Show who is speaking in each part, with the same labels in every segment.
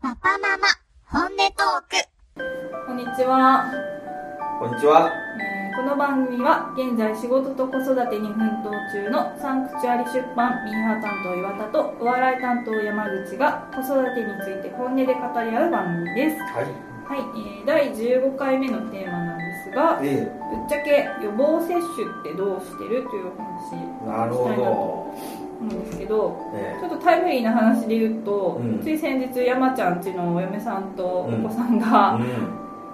Speaker 1: パパママ、本音トーク。
Speaker 2: こんにちは、
Speaker 3: こんにちは。
Speaker 2: えーこの番組は現在仕事と子育てに奮闘中のサンクチュアリ出版ミーハー担当岩田とお笑い担当山口が子育てについて本音で語り合う番組ですは
Speaker 3: はい。
Speaker 2: い、えー第15回目のテーマなんですがぶっ
Speaker 3: え
Speaker 2: ちゃけ予防接種ってどうしてるというお話
Speaker 3: え、なるほど。
Speaker 2: なんですけど
Speaker 3: え
Speaker 2: ちょっとタイムリーな話で言うと、
Speaker 3: うん
Speaker 2: つい先日山ちゃんちのお嫁さんとお子さん
Speaker 3: え、
Speaker 2: が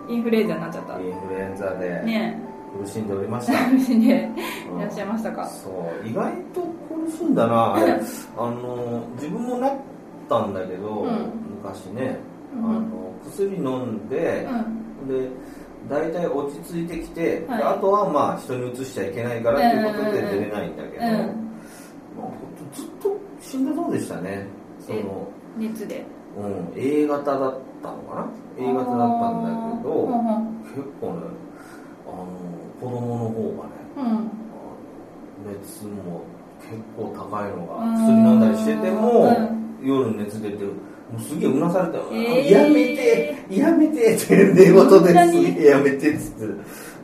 Speaker 3: う
Speaker 2: インフルエンザになっちゃった、
Speaker 3: ん。インフルエンザで
Speaker 2: ね
Speaker 3: 苦しんでおりまし
Speaker 2: え
Speaker 3: た。
Speaker 2: 楽しんで
Speaker 3: うん
Speaker 2: いらっしゃいましたか
Speaker 3: そう、意外と苦しん だな。あれあの、自分もなったんだけど、
Speaker 2: うん
Speaker 3: 昔ね、あ
Speaker 2: うんうん
Speaker 3: の、薬飲んで、で、大体落ち着いてきて、で
Speaker 2: はい
Speaker 3: あとはまあ人にうつしちゃいけないからというこ
Speaker 2: う
Speaker 3: とで
Speaker 2: んうんうん
Speaker 3: 出れないんだけど、
Speaker 2: う
Speaker 3: まあ
Speaker 2: ん
Speaker 3: ほんとずっと死んだそうでしたね。そ
Speaker 2: え
Speaker 3: の
Speaker 2: 熱で
Speaker 3: うん、A 型だったのかな A 型だったんだけ
Speaker 2: う
Speaker 3: ど
Speaker 2: んうん
Speaker 3: 結構ねあの子供の方がね
Speaker 2: うん
Speaker 3: あの熱も結構高いの
Speaker 2: う
Speaker 3: が
Speaker 2: ん
Speaker 3: 薬飲んだりしてても、
Speaker 2: うん
Speaker 3: 夜熱出てもうすげえうなされたよ、
Speaker 2: えー
Speaker 3: やめてやめてって寝言
Speaker 2: 本
Speaker 3: で
Speaker 2: 当に
Speaker 3: すげえやめてっつっ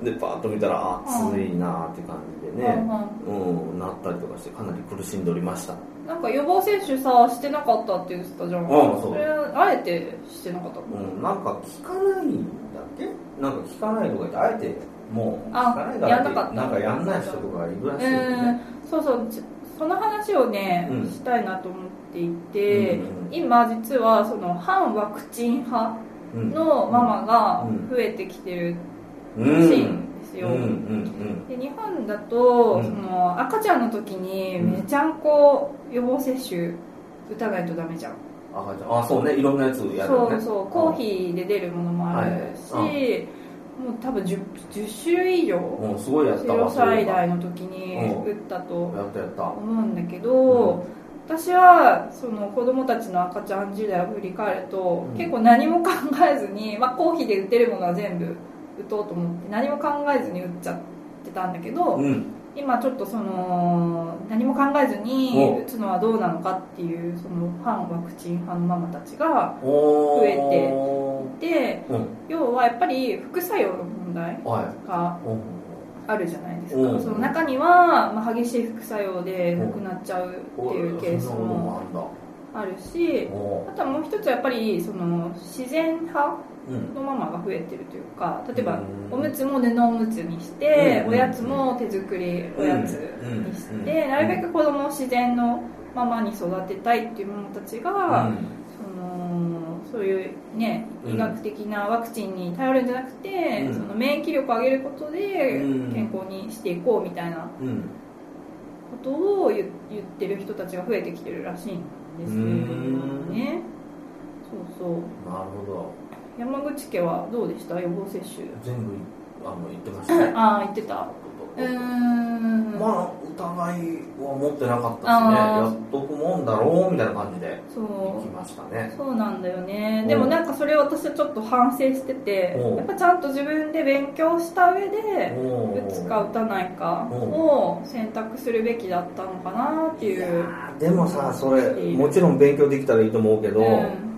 Speaker 3: てでパッと見たら暑いなって感じでね、
Speaker 2: う
Speaker 3: うんなったりとかしてかなり苦しんでおりました
Speaker 2: んなんか予防接種さしてなかったって言ってたじゃん
Speaker 3: うんそう
Speaker 2: れあえてしてなかった
Speaker 3: うん、なんか聞かないんだっけなんか聞かないとか言って、あえてもう
Speaker 2: あ
Speaker 3: 聞かないから
Speaker 2: やんなかった
Speaker 3: んかやんない人とかいるらしいよ
Speaker 2: うん
Speaker 3: ね。
Speaker 2: そうそうちその話をね、
Speaker 3: うん
Speaker 2: したいなと思っていて、
Speaker 3: うんうん
Speaker 2: 今実はその反ワクチン派
Speaker 3: うん
Speaker 2: のママが
Speaker 3: うん
Speaker 2: 増えてきてる
Speaker 3: う
Speaker 2: ら
Speaker 3: ん
Speaker 2: しいんです
Speaker 3: うんう
Speaker 2: よ、
Speaker 3: んうん
Speaker 2: で日本だと、
Speaker 3: うん
Speaker 2: その赤ちゃんの時にめちゃんこ予防接種打たないとダメじゃん、
Speaker 3: 赤ちゃんあそうねいろんなやつやる
Speaker 2: そ
Speaker 3: よ
Speaker 2: う
Speaker 3: ね
Speaker 2: そうコーヒーで出るものもあるし、
Speaker 3: はい
Speaker 2: もう多分 10, 10種類以上
Speaker 3: うんうんすごいやったわ
Speaker 2: 0歳代の時に
Speaker 3: う
Speaker 2: 打った
Speaker 3: そういえ
Speaker 2: と
Speaker 3: ばやったやった
Speaker 2: 思うんだけど、
Speaker 3: うん
Speaker 2: 私はその子供たちの赤ちゃん時代を振り返ると、
Speaker 3: うん
Speaker 2: 結構何も考えずに、まあ、コーヒーで打てるものは全部打とうと思って何も考えずに打っちゃってたんだけど、
Speaker 3: うん
Speaker 2: 今ちょっとその何も考えずに
Speaker 3: お
Speaker 2: 打つのはどうなのかっていうその反ワクチン派のママたちが
Speaker 3: おー
Speaker 2: 増えてで
Speaker 3: うん
Speaker 2: 要はやっぱり副作用の問題
Speaker 3: は
Speaker 2: が
Speaker 3: いうん
Speaker 2: あるじゃないです
Speaker 3: う
Speaker 2: か
Speaker 3: ん
Speaker 2: その中には、まあ、激しい副作用で亡くなっちゃうっていうケース
Speaker 3: そんなこと
Speaker 2: も
Speaker 3: も
Speaker 2: あるし
Speaker 3: あんだお
Speaker 2: あとはもう一つはやっぱりその自然派
Speaker 3: ーうん
Speaker 2: のママが増えてるというか例えば
Speaker 3: う
Speaker 2: お
Speaker 3: ん
Speaker 2: むつも布おむつにして、
Speaker 3: う
Speaker 2: お
Speaker 3: ん
Speaker 2: やつも手作りおやつにして、
Speaker 3: うんうん
Speaker 2: なるべく子供を自然のままに育てたいっていうママたちが、
Speaker 3: うん
Speaker 2: そのそういうね
Speaker 3: うん
Speaker 2: 医学的なワクチンに頼るんじゃなくて、
Speaker 3: うん
Speaker 2: その免疫力を上げることで
Speaker 3: うん
Speaker 2: 健康にしていこうみたいな
Speaker 3: うん
Speaker 2: ことを言言ってる人たちが増えてきてるらしいんですよね。そうそう
Speaker 3: なるほど
Speaker 2: 山口家はどうでした予防接種
Speaker 3: 全部あの言ってましたね
Speaker 2: ああ言ってたうーん、
Speaker 3: まあ疑いは持ってなかったですね
Speaker 2: あー
Speaker 3: やっとくもんだろうみたいな感じで行
Speaker 2: そ
Speaker 3: きましたね
Speaker 2: うそうなんだよね
Speaker 3: うん
Speaker 2: でもなんかそれを私はちょっと反省してて
Speaker 3: うん
Speaker 2: やっぱちゃんと自分で勉強した上で
Speaker 3: おー
Speaker 2: 打つか打たないかを選択するべきだったのかなってい
Speaker 3: いうやーでもさそれもちろん勉強できたらいいと思うけど、
Speaker 2: うん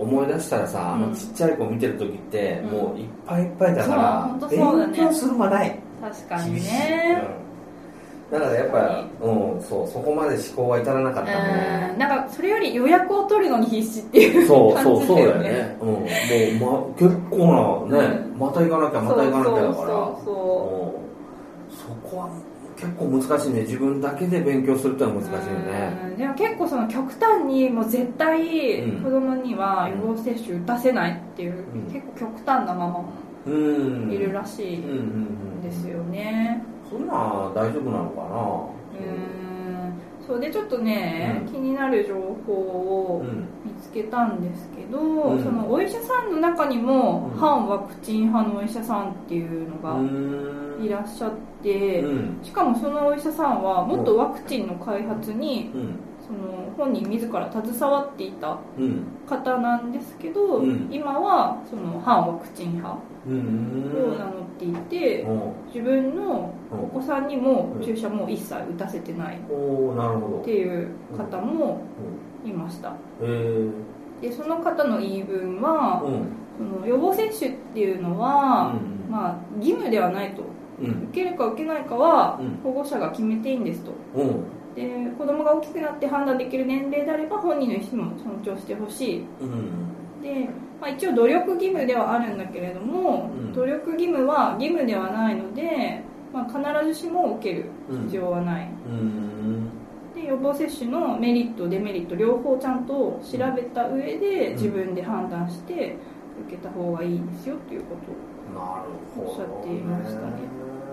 Speaker 3: 思い出したらさあ
Speaker 2: うん
Speaker 3: のちっちゃい子見てる時って、
Speaker 2: うん
Speaker 3: もういっぱいいっぱいだか
Speaker 2: そうほんとそう
Speaker 3: ら
Speaker 2: だね
Speaker 3: 勉強する間ない
Speaker 2: 確かに
Speaker 3: 厳しい
Speaker 2: ね
Speaker 3: うんだからやっぱうんそうそこまで思考は至らなか
Speaker 2: うん
Speaker 3: ったね
Speaker 2: なんかそれより予約を取るのに必死っていう
Speaker 3: そう
Speaker 2: 感
Speaker 3: そう
Speaker 2: じ
Speaker 3: そう
Speaker 2: だ
Speaker 3: だ
Speaker 2: よ
Speaker 3: よ
Speaker 2: ね
Speaker 3: ね、うん、もう、ま、結構なね、
Speaker 2: う
Speaker 3: また行かなきゃ また行かなきゃだから
Speaker 2: そうそ
Speaker 3: そこは結構難しいね自分だけで勉強するってのは
Speaker 2: うそう
Speaker 3: 難しいよね
Speaker 2: うんでも結構その極端にもう絶対
Speaker 3: うん
Speaker 2: 子供には予防接種打たせないっていう、
Speaker 3: うん
Speaker 2: 結構極端なママも
Speaker 3: うん
Speaker 2: いるらしい
Speaker 3: うんうんん
Speaker 2: ですよね
Speaker 3: そんなん大丈夫なの
Speaker 2: うんそうでちょっとね、
Speaker 3: うん
Speaker 2: 気になる情報
Speaker 3: か
Speaker 2: を
Speaker 3: なん
Speaker 2: 見つけたんですけど、
Speaker 3: ん
Speaker 2: そのお医者さんの中にも、
Speaker 3: うん
Speaker 2: 反ワクチン派のお医者さんっていうのが
Speaker 3: うん
Speaker 2: いらっしゃって、
Speaker 3: うん
Speaker 2: しかもそのお医者さんはもっとワクチンの開発に
Speaker 3: うん
Speaker 2: その本人自ら携わっていた
Speaker 3: うん
Speaker 2: 方なんですけど、
Speaker 3: うん
Speaker 2: 今はその反ワクチン派
Speaker 3: うん
Speaker 2: を名乗っていて、
Speaker 3: お
Speaker 2: 自分のお子さんにも注射も一切打たせてないっ
Speaker 3: おーなるほど
Speaker 2: ていう方もいました、
Speaker 3: えー
Speaker 2: でその方の言い分は、
Speaker 3: うん
Speaker 2: その予防接種っていうのは、
Speaker 3: うん
Speaker 2: まあ、義務ではないと
Speaker 3: うん
Speaker 2: 受けるか受けないかは
Speaker 3: うん
Speaker 2: 保護者が決めていいんですと
Speaker 3: うん
Speaker 2: で子供が大きくなって判断できる年齢であれば本人の意思も尊重してほしい
Speaker 3: うん
Speaker 2: で、まあ、一応努力義務ではあるんだけれども、
Speaker 3: うん
Speaker 2: 努力義務は義務ではないので、まあ、必ずしも受ける必要はない、
Speaker 3: うん
Speaker 2: で予防接種のメリットデメリット両方ちゃんと調べた上で
Speaker 3: ん
Speaker 2: 自分で判断して受けた方がいいですよということ
Speaker 3: なる
Speaker 2: お
Speaker 3: ほど、ね、
Speaker 2: っしゃっていましたね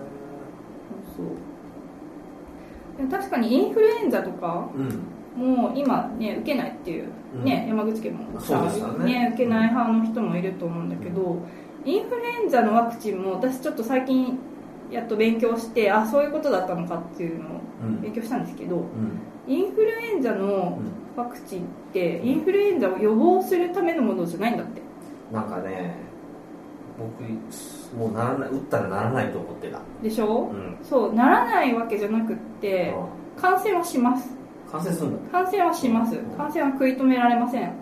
Speaker 2: そうそうでも確かにインフルエンザとか
Speaker 3: うん
Speaker 2: も今ね受けないっていうね、
Speaker 3: うん
Speaker 2: 山口県も
Speaker 3: そうでしたね
Speaker 2: 受けない派の人もいると思うんだけど、インフルエンザのワクチンも私ちょっと最近やっと勉強してあそういうことだったのかっていうのを
Speaker 3: うん
Speaker 2: 勉強したんですけど
Speaker 3: うん
Speaker 2: インフルエンザの
Speaker 3: うん
Speaker 2: ワクチンってインフルエンザを予防するためのものじゃないんだって
Speaker 3: なんかね僕もうならない打ったらならないと思ってた
Speaker 2: でし
Speaker 3: う
Speaker 2: ょ、
Speaker 3: ん
Speaker 2: そうならないわけじゃなくって感染はします
Speaker 3: 完成するんだ
Speaker 2: 感染はします感染は食い止められません
Speaker 3: なる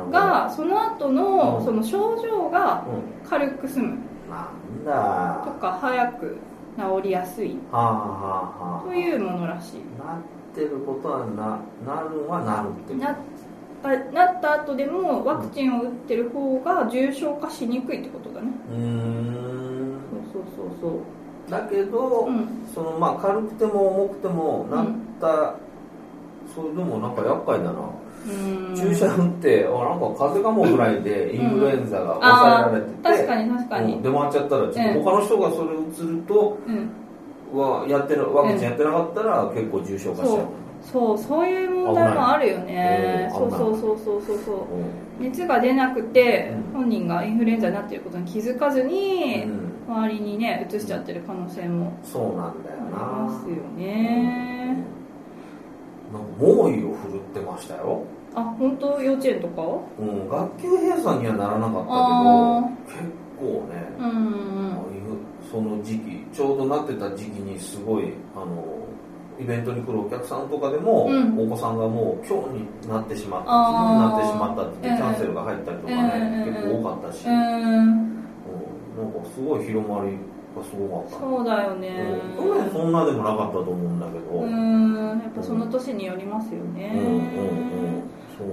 Speaker 3: ほど
Speaker 2: がその後
Speaker 3: う
Speaker 2: の
Speaker 3: ん
Speaker 2: その症状が
Speaker 3: う
Speaker 2: 軽く済む
Speaker 3: んなん
Speaker 2: と
Speaker 3: だは
Speaker 2: か早く治りやすい
Speaker 3: あはあはあ
Speaker 2: というものらしい
Speaker 3: なってることはななるはなるってこと
Speaker 2: なったなった後でもワクチンを打ってる方が重症化しにくいってことだね
Speaker 3: うーん
Speaker 2: そうそうそうそ
Speaker 3: だけど、
Speaker 2: ううん
Speaker 3: そのまあ軽くても重くても
Speaker 2: ん
Speaker 3: なった、それでもなんか厄介だな、
Speaker 2: うん
Speaker 3: 注射打ってあなんか風邪かもぐらいでインフルエンザが
Speaker 2: ああ
Speaker 3: 抑えられて
Speaker 2: 確
Speaker 3: て、
Speaker 2: かに確か
Speaker 3: うん
Speaker 2: に
Speaker 3: 出回っちゃったらちょっと他の人がそれを移ると、
Speaker 2: うん
Speaker 3: はやってるワクチンやってなかったら結構重症化しちゃう
Speaker 2: そうそういう問題もあるよね
Speaker 3: 危
Speaker 2: そ
Speaker 3: な
Speaker 2: う
Speaker 3: い
Speaker 2: そうそうそうそうそう
Speaker 3: うん
Speaker 2: 熱が出なくて
Speaker 3: うん
Speaker 2: 本人がインフルエンザになっていることに気づかずに
Speaker 3: うん
Speaker 2: 周りにね移しちゃってる可能性も
Speaker 3: そうなんだよ
Speaker 2: あり
Speaker 3: な
Speaker 2: ますよ
Speaker 3: うん
Speaker 2: ね
Speaker 3: なんか猛威を振るってましたよ、
Speaker 2: あ本当幼稚園とか
Speaker 3: うん、学級閉鎖にはならなか
Speaker 2: あ
Speaker 3: ったけど結構ね、
Speaker 2: うんうん
Speaker 3: ああいうその時期ちょうどなってた時期にすごいあのイベントに来るお客さんとかでも、
Speaker 2: うん
Speaker 3: お子さんがもう今日になってしまった
Speaker 2: あー
Speaker 3: 昨日になってしまったって言ってキャンセルが入ったりとかね、
Speaker 2: うん
Speaker 3: 結構多かったし、
Speaker 2: う
Speaker 3: うん
Speaker 2: ん
Speaker 3: なんかすごい広まりがすごかった
Speaker 2: そうだよね
Speaker 3: うん去年そんなでもなかったと思うんだけど、
Speaker 2: うんやっぱその年によりますよね
Speaker 3: うんうんうんそう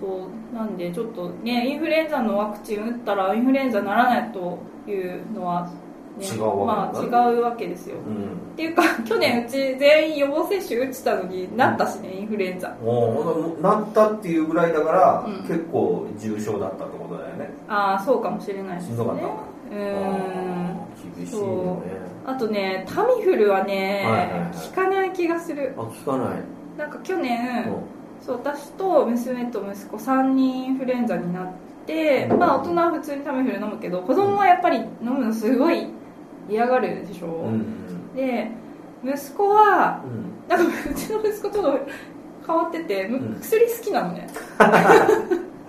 Speaker 2: そうそうなんでちょっとねインフルエンザのワクチン打ったらインフルエンザならないというのは、ね、
Speaker 3: 違うわけだね
Speaker 2: まあ違うわけですよ
Speaker 3: なのうん
Speaker 2: っていうか 去年うち全員予防接種打ちたのになったしねインフルエンザ
Speaker 3: もうなったっていうぐらいだから、
Speaker 2: うん
Speaker 3: 結構重症だったってことだよね
Speaker 2: ああそうかもしれないです
Speaker 3: し
Speaker 2: ね
Speaker 3: んどかった
Speaker 2: う
Speaker 3: うん厳しいよね
Speaker 2: あとねタミフルは
Speaker 3: はいはいは
Speaker 2: ね
Speaker 3: い
Speaker 2: 効かない気がする
Speaker 3: あ聞かない、
Speaker 2: なんか去年、
Speaker 3: うん
Speaker 2: そう私と娘と息子3人インフルエンザになって、
Speaker 3: うん
Speaker 2: まあ、大人は普通にタミフル飲むけど子供はやっぱり飲むのすごい嫌がるでしょ、
Speaker 3: うん
Speaker 2: で息子は
Speaker 3: うん
Speaker 2: なんかうちの息子ちょっと変わっててむ
Speaker 3: うん
Speaker 2: 薬好きなのね、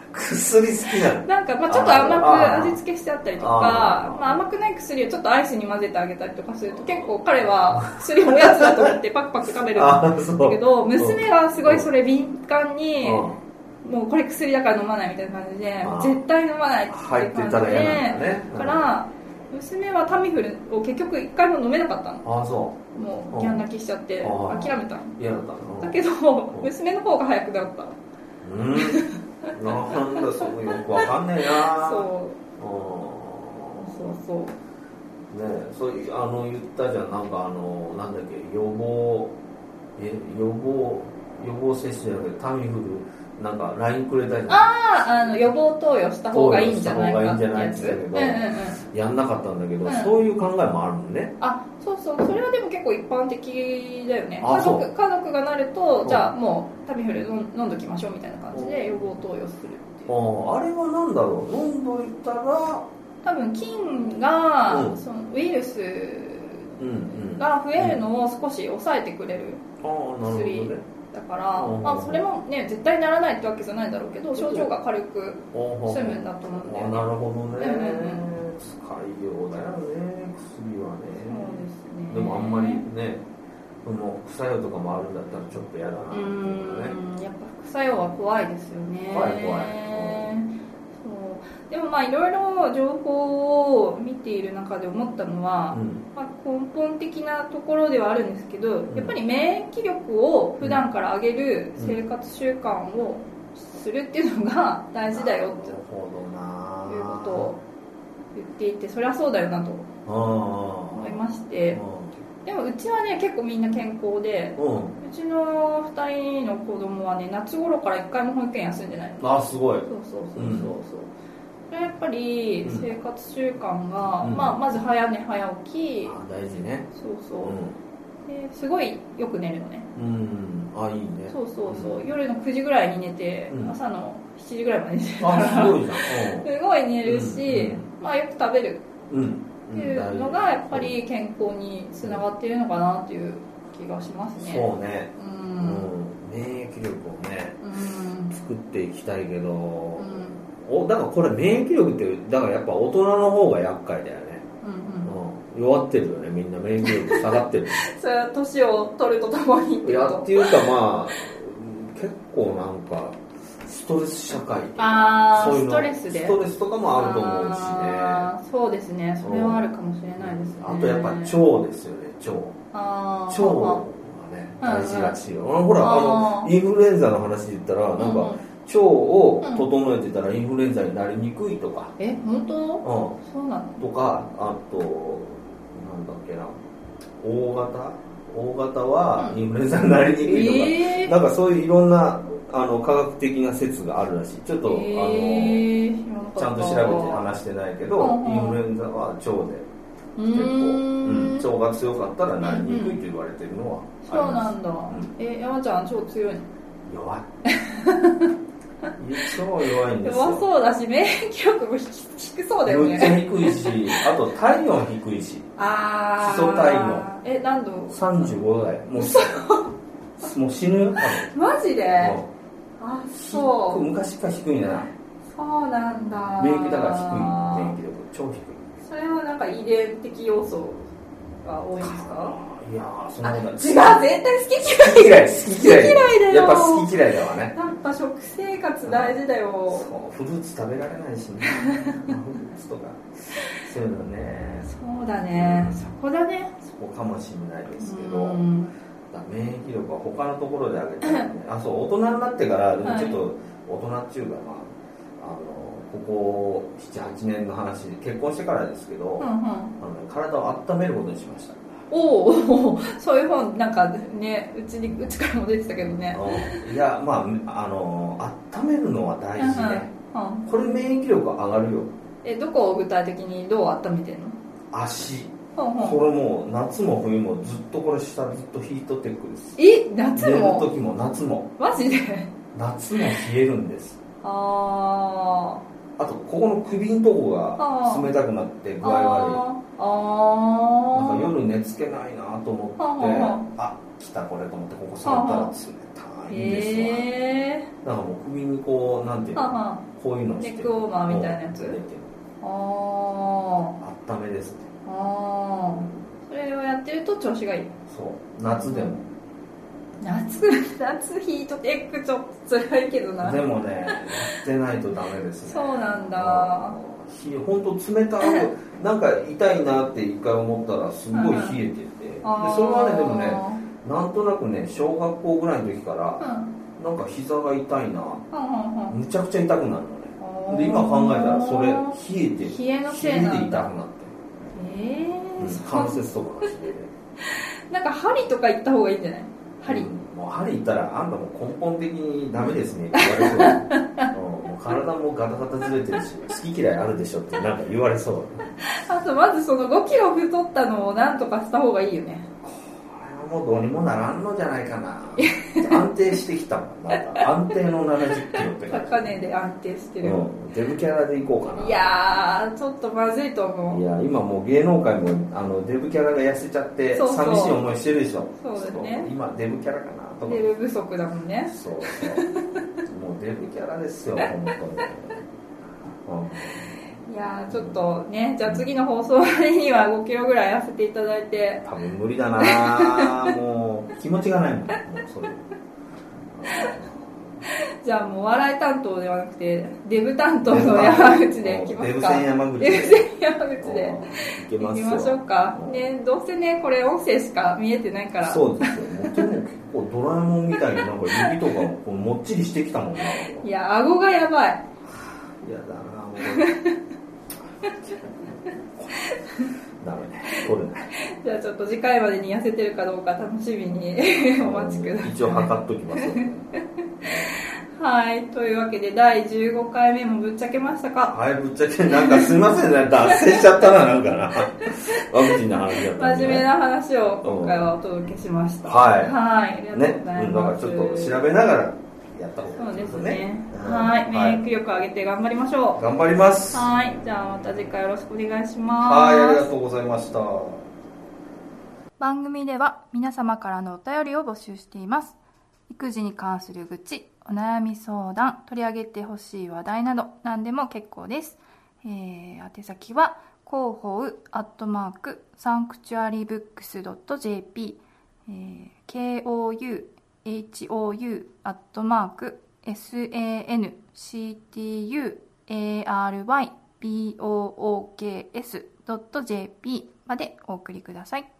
Speaker 3: 薬好きなの
Speaker 2: なんか、まあ、ちょっと甘
Speaker 3: あー
Speaker 2: く味付けしてあったりとか
Speaker 3: あー
Speaker 2: まあ、甘くない薬をちょっとアイスに混ぜてあげたりとかすると結構彼は薬おやつだと思ってパクパク食 べるんだ
Speaker 3: あそう
Speaker 2: けど娘はすごいそれ敏感に
Speaker 3: うん
Speaker 2: もうこれ薬だから飲まないみたいな感じで
Speaker 3: あー
Speaker 2: 絶対飲まないって
Speaker 3: 入って
Speaker 2: 感
Speaker 3: た
Speaker 2: じ
Speaker 3: ら嫌なん
Speaker 2: で
Speaker 3: だね
Speaker 2: だから娘はタミフルを結局一回も飲めなかったの
Speaker 3: うんあそ
Speaker 2: もうギャン泣きしちゃって
Speaker 3: あー
Speaker 2: 諦めたの
Speaker 3: う嫌だったの
Speaker 2: だけど
Speaker 3: ん
Speaker 2: 娘の方が早くなった
Speaker 3: うんなんだそうよくわかんねえな
Speaker 2: そう
Speaker 3: う
Speaker 2: そ
Speaker 3: ん
Speaker 2: うそう
Speaker 3: ねえそういあの言ったじゃんなんかあのなんだっけ予防え予防予防接種じゃなくてタミフルなんか LINE くれたじゃん
Speaker 2: まああの予防投与した方がいいんじゃないかってやつ
Speaker 3: 投与した
Speaker 2: う
Speaker 3: 方
Speaker 2: ん
Speaker 3: が
Speaker 2: う
Speaker 3: い
Speaker 2: ん
Speaker 3: い
Speaker 2: う
Speaker 3: んじゃ
Speaker 2: ん
Speaker 3: やんなかったんだけど、
Speaker 2: うん
Speaker 3: そういう考えもあるのね
Speaker 2: あそうそうそれはでも結構一般的だよね
Speaker 3: あ
Speaker 2: 家
Speaker 3: そう
Speaker 2: 族家族がなると
Speaker 3: うん
Speaker 2: じゃあもうタミフル飲ん飲んどきましょうみたいな感じで予防投与するっていう
Speaker 3: あああれはなんだろう飲んどいたら
Speaker 2: 多分菌が、
Speaker 3: うん
Speaker 2: そのウイルス
Speaker 3: うんうんあ
Speaker 2: が増えるのを少し抑えてくれる
Speaker 3: あなるほどね
Speaker 2: 薬だから、
Speaker 3: うん
Speaker 2: まあ、それもね絶対ならないってわけじゃないんだろうけど症状が軽く済むんだと思うんだよ
Speaker 3: あ
Speaker 2: ね
Speaker 3: なるほど
Speaker 2: う
Speaker 3: ね、
Speaker 2: んうん
Speaker 3: 使いようだよね薬はね
Speaker 2: そうですね
Speaker 3: でもあんまりねその副作用とかもあるんだったらちょっと嫌だなっ
Speaker 2: う
Speaker 3: ていうのね
Speaker 2: ーんやっぱ副作用は怖いですよね
Speaker 3: 怖い怖い
Speaker 2: そうでもまあいろいろ情報を見ている中で思ったのは、
Speaker 3: うん
Speaker 2: まあ、根本的なところではあるんですけど、
Speaker 3: ん
Speaker 2: やっぱり免疫力を普段から上げる生活習慣をするっていうのが大事だよって
Speaker 3: なるほどな
Speaker 2: いうことを言っていてそりゃそうだよなと
Speaker 3: 思
Speaker 2: 思いましてでもうちはね結構みんな健康で
Speaker 3: うん、うん、
Speaker 2: うちの2人の子供はね夏頃から1回も保育園休んでないの
Speaker 3: あすごい
Speaker 2: そうそうそうそうそうそれはやっぱり生活習慣が、
Speaker 3: うん
Speaker 2: まあ、まず早寝早起き
Speaker 3: あ大事ね
Speaker 2: そう
Speaker 3: う
Speaker 2: そう、ですごいよく寝るのね
Speaker 3: ん、うん、あいいね
Speaker 2: そうそうそう、夜の9時ぐらいに寝て、
Speaker 3: うん
Speaker 2: 朝の7時ぐらいまで寝てるから
Speaker 3: あすごいじゃ
Speaker 2: すごい寝るし、
Speaker 3: うん
Speaker 2: まあ、よく食べる
Speaker 3: んうん、うん
Speaker 2: っていうのがやっぱり健康につながっているのかなっていう気がしますね
Speaker 3: そうね、
Speaker 2: う
Speaker 3: うん免疫力をね
Speaker 2: うん
Speaker 3: 作っていきたいけど、
Speaker 2: うんうん
Speaker 3: おだからこれ免疫力ってだからやっぱ大人の方が厄介だよね、
Speaker 2: うん
Speaker 3: うん、弱ってるよねみんな免疫力下がってる
Speaker 2: それは年を取るとともにって
Speaker 3: い
Speaker 2: こ
Speaker 3: やっ
Speaker 2: と
Speaker 3: ていうかまあ結構なんかストレス社会とか
Speaker 2: ああ
Speaker 3: そういう
Speaker 2: ス
Speaker 3: の
Speaker 2: トレスで
Speaker 3: ストレスとかもあると思うしね
Speaker 2: あーそうですねそれはあるかもしれないですね
Speaker 3: あとやっぱ腸ですよね
Speaker 2: あ
Speaker 3: 腸
Speaker 2: ー
Speaker 3: 腸
Speaker 2: はは
Speaker 3: がね大事らしいよ、あのほらあ
Speaker 2: あー
Speaker 3: のインフルエンザの話で言ったらなんか、
Speaker 2: うんうん
Speaker 3: 腸を整えてたらインフルエンザになりにくいとか、
Speaker 2: え本当
Speaker 3: うん、
Speaker 2: そうなの
Speaker 3: とかあとなんだっけな大型大型はインフルエンザになりにくいとか、
Speaker 2: えー
Speaker 3: なんかそういういろんなあの科学的な説があるらしいちょっと、
Speaker 2: えー
Speaker 3: あのちゃんと調べて話してないけど、
Speaker 2: うんうん
Speaker 3: インフルエンザは腸で
Speaker 2: 結
Speaker 3: 結構、うん
Speaker 2: 構
Speaker 3: 腸が強かったらなりにくいと言われてるのはあ
Speaker 2: そう
Speaker 3: りま
Speaker 2: な
Speaker 3: す
Speaker 2: んだ、
Speaker 3: ん
Speaker 2: え山ちゃん超強いの
Speaker 3: 弱い 超弱いんですよ
Speaker 2: 弱そうだし免疫力も低低そうだよ
Speaker 3: むっちゃ
Speaker 2: ね
Speaker 3: 低いしあと体温低いし
Speaker 2: ああ
Speaker 3: 基礎体温
Speaker 2: え何度
Speaker 3: 35だよもうもう死ぬよ
Speaker 2: マジで
Speaker 3: 多分
Speaker 2: あそう
Speaker 3: 昔から低いんだな
Speaker 2: そうなんだ
Speaker 3: 免疫だから低い免疫力超低い
Speaker 2: それはなんか遺伝的要素が多いんですか
Speaker 3: いやーそんなことない
Speaker 2: 違う絶対好
Speaker 3: 好
Speaker 2: き
Speaker 3: き
Speaker 2: 嫌い
Speaker 3: 嫌い好き嫌い
Speaker 2: 好き嫌いだよ
Speaker 3: やっぱ好き嫌いだわね
Speaker 2: やっぱ食生活大事だよ
Speaker 3: そうフルーツ食べられないしねフルーツとかそういうのね
Speaker 2: そうだね
Speaker 3: うん
Speaker 2: そこだね
Speaker 3: そうかもしれないですけ
Speaker 2: う
Speaker 3: ど
Speaker 2: ん
Speaker 3: だから免疫力は他のところで上げてるね あそう大人になってからでもちょっと大人っていうかまああのここ78年の話結婚してからですけど、
Speaker 2: うんう
Speaker 3: あ
Speaker 2: ん
Speaker 3: のね体を温めることにしました
Speaker 2: おうおう そういう本なんかねうちにうちからも出てたけどね
Speaker 3: いやまああの温めるのは大事ね、
Speaker 2: うんうん
Speaker 3: これ免疫力上がるよ
Speaker 2: えどこを具体的にどう温めてんの
Speaker 3: 足
Speaker 2: ほんほん
Speaker 3: これもう夏も冬もずっとこれ下ずっとヒートテックです
Speaker 2: え夏
Speaker 3: 寝る
Speaker 2: も
Speaker 3: 時も夏も
Speaker 2: マジで
Speaker 3: 夏も冷えるんです
Speaker 2: あ
Speaker 3: あとここの首のとこ
Speaker 2: あー
Speaker 3: が冷たくなって
Speaker 2: ー
Speaker 3: 具合悪
Speaker 2: あー
Speaker 3: いな
Speaker 2: あ
Speaker 3: んか
Speaker 2: ー
Speaker 3: 夜寝つけないなと思
Speaker 2: はあは
Speaker 3: ってあ来たこれと思ってここ触ったら冷たいんですわ、
Speaker 2: へえ
Speaker 3: なんかもう首にこうなんていう
Speaker 2: は
Speaker 3: の
Speaker 2: は
Speaker 3: こういうのして
Speaker 2: ネックウォーマーみたいなやつ
Speaker 3: こう寝てる
Speaker 2: あー
Speaker 3: 温めですね
Speaker 2: あーそれをやってると調子がいい
Speaker 3: そう夏でも
Speaker 2: 夏夏ヒートテックちょっと辛いけどな
Speaker 3: でもねやってないとダメですね
Speaker 2: そうなんだ
Speaker 3: だ本当冷 たくなんか痛いなって一回思ったらすごい冷えてて、でそれ
Speaker 2: あー
Speaker 3: はねでもねなんとなくね小学校ぐらいの時から
Speaker 2: う
Speaker 3: なんか膝が痛いな
Speaker 2: う
Speaker 3: ん
Speaker 2: んうんうん
Speaker 3: むちゃくちゃ痛くなるのねで今考えたらそれ冷えて
Speaker 2: 冷えのせいなんだ
Speaker 3: 冷えて痛くな
Speaker 2: え
Speaker 3: って、う
Speaker 2: え
Speaker 3: ん
Speaker 2: ーそう
Speaker 3: 関節とかが冷えて
Speaker 2: なんか針とか行った方がいいんじゃない針、
Speaker 3: うんもう針いったらあんたもう根本的にダメですねって言わ れそううんもう体もガタガタずれてるし好き嫌いあるでしょってなんか言われそう
Speaker 2: あとまずその5キロ太ったのをなんとかした方がいいよね
Speaker 3: これはもうどうにもならんのじゃないかな安定してきたもんなんか安定の70キロって感
Speaker 2: 高値で安定して
Speaker 3: じ、
Speaker 2: る、
Speaker 3: うん、デブキャラでいこうかない
Speaker 2: やーちょっとまずいと思
Speaker 3: いうや今もう芸能界もあのデブキャラが痩せちゃって
Speaker 2: そうそう
Speaker 3: 寂しい思いしてるでしょ
Speaker 2: そうだね
Speaker 3: そう今デブキャラかなと思っ
Speaker 2: レ
Speaker 3: て
Speaker 2: ベル不足だもんね
Speaker 3: そうそうもうデブキャラ ですよ本当に、うん
Speaker 2: いやーちょっとねじゃあ次の放送までには5キロぐらい痩せていただいて
Speaker 3: 多分無理だ なもう気持ちがないもんもうそれ
Speaker 4: じゃあもうお笑い担当ではなくてデブ担当の山口で行きま
Speaker 3: デ
Speaker 4: す
Speaker 3: ブ
Speaker 4: か
Speaker 3: 戦山口
Speaker 4: デブ戦山口で
Speaker 3: 行け
Speaker 4: 行
Speaker 3: ま
Speaker 4: き
Speaker 3: すよ
Speaker 4: ましょうかねどうせねこれ音声しか見えてないから
Speaker 3: そうですよもう手も結構ドラえもんみたいになんか指とかこうもっちりしてきたもんなや
Speaker 4: いや顎がやばい
Speaker 3: だなもうダメね取れない
Speaker 4: じゃあちょっと次回までに痩せてるかどうか楽しみに お待ちください
Speaker 3: 一応測っときますよ
Speaker 4: はいというわけで第15回目もぶっちゃけましたか
Speaker 3: はいぶっちゃけなんかすいませんね脱線しちゃったななんかなワクチンの話だったん
Speaker 4: 真
Speaker 3: で
Speaker 4: 面目な話を今回はお届けしました、
Speaker 3: うんはい
Speaker 4: はいありがと
Speaker 3: ね
Speaker 4: うござい
Speaker 3: うん
Speaker 4: ま
Speaker 3: な
Speaker 4: す、
Speaker 3: んかちょっと調べながらやった方
Speaker 4: そ
Speaker 3: が
Speaker 4: う
Speaker 3: いい
Speaker 4: ですね。
Speaker 3: うん
Speaker 4: はい、免疫力上げて頑張りましょ
Speaker 3: 頑張ります
Speaker 4: う。はい、じゃあまた次回よろしくお願いし
Speaker 3: はいあり
Speaker 4: ま
Speaker 3: が
Speaker 4: す。
Speaker 3: とうございました
Speaker 4: 番組では皆様からのお便りを募集しています。育児に関する愚痴、お悩み相談、取り上げてほしい話題など何でも結構です。えー、宛先は広報アットマークサンクチュアリーブックスドット JP、えー、KOUHOU アットマーク SANCTUARYBOOKS.jp までお送りください。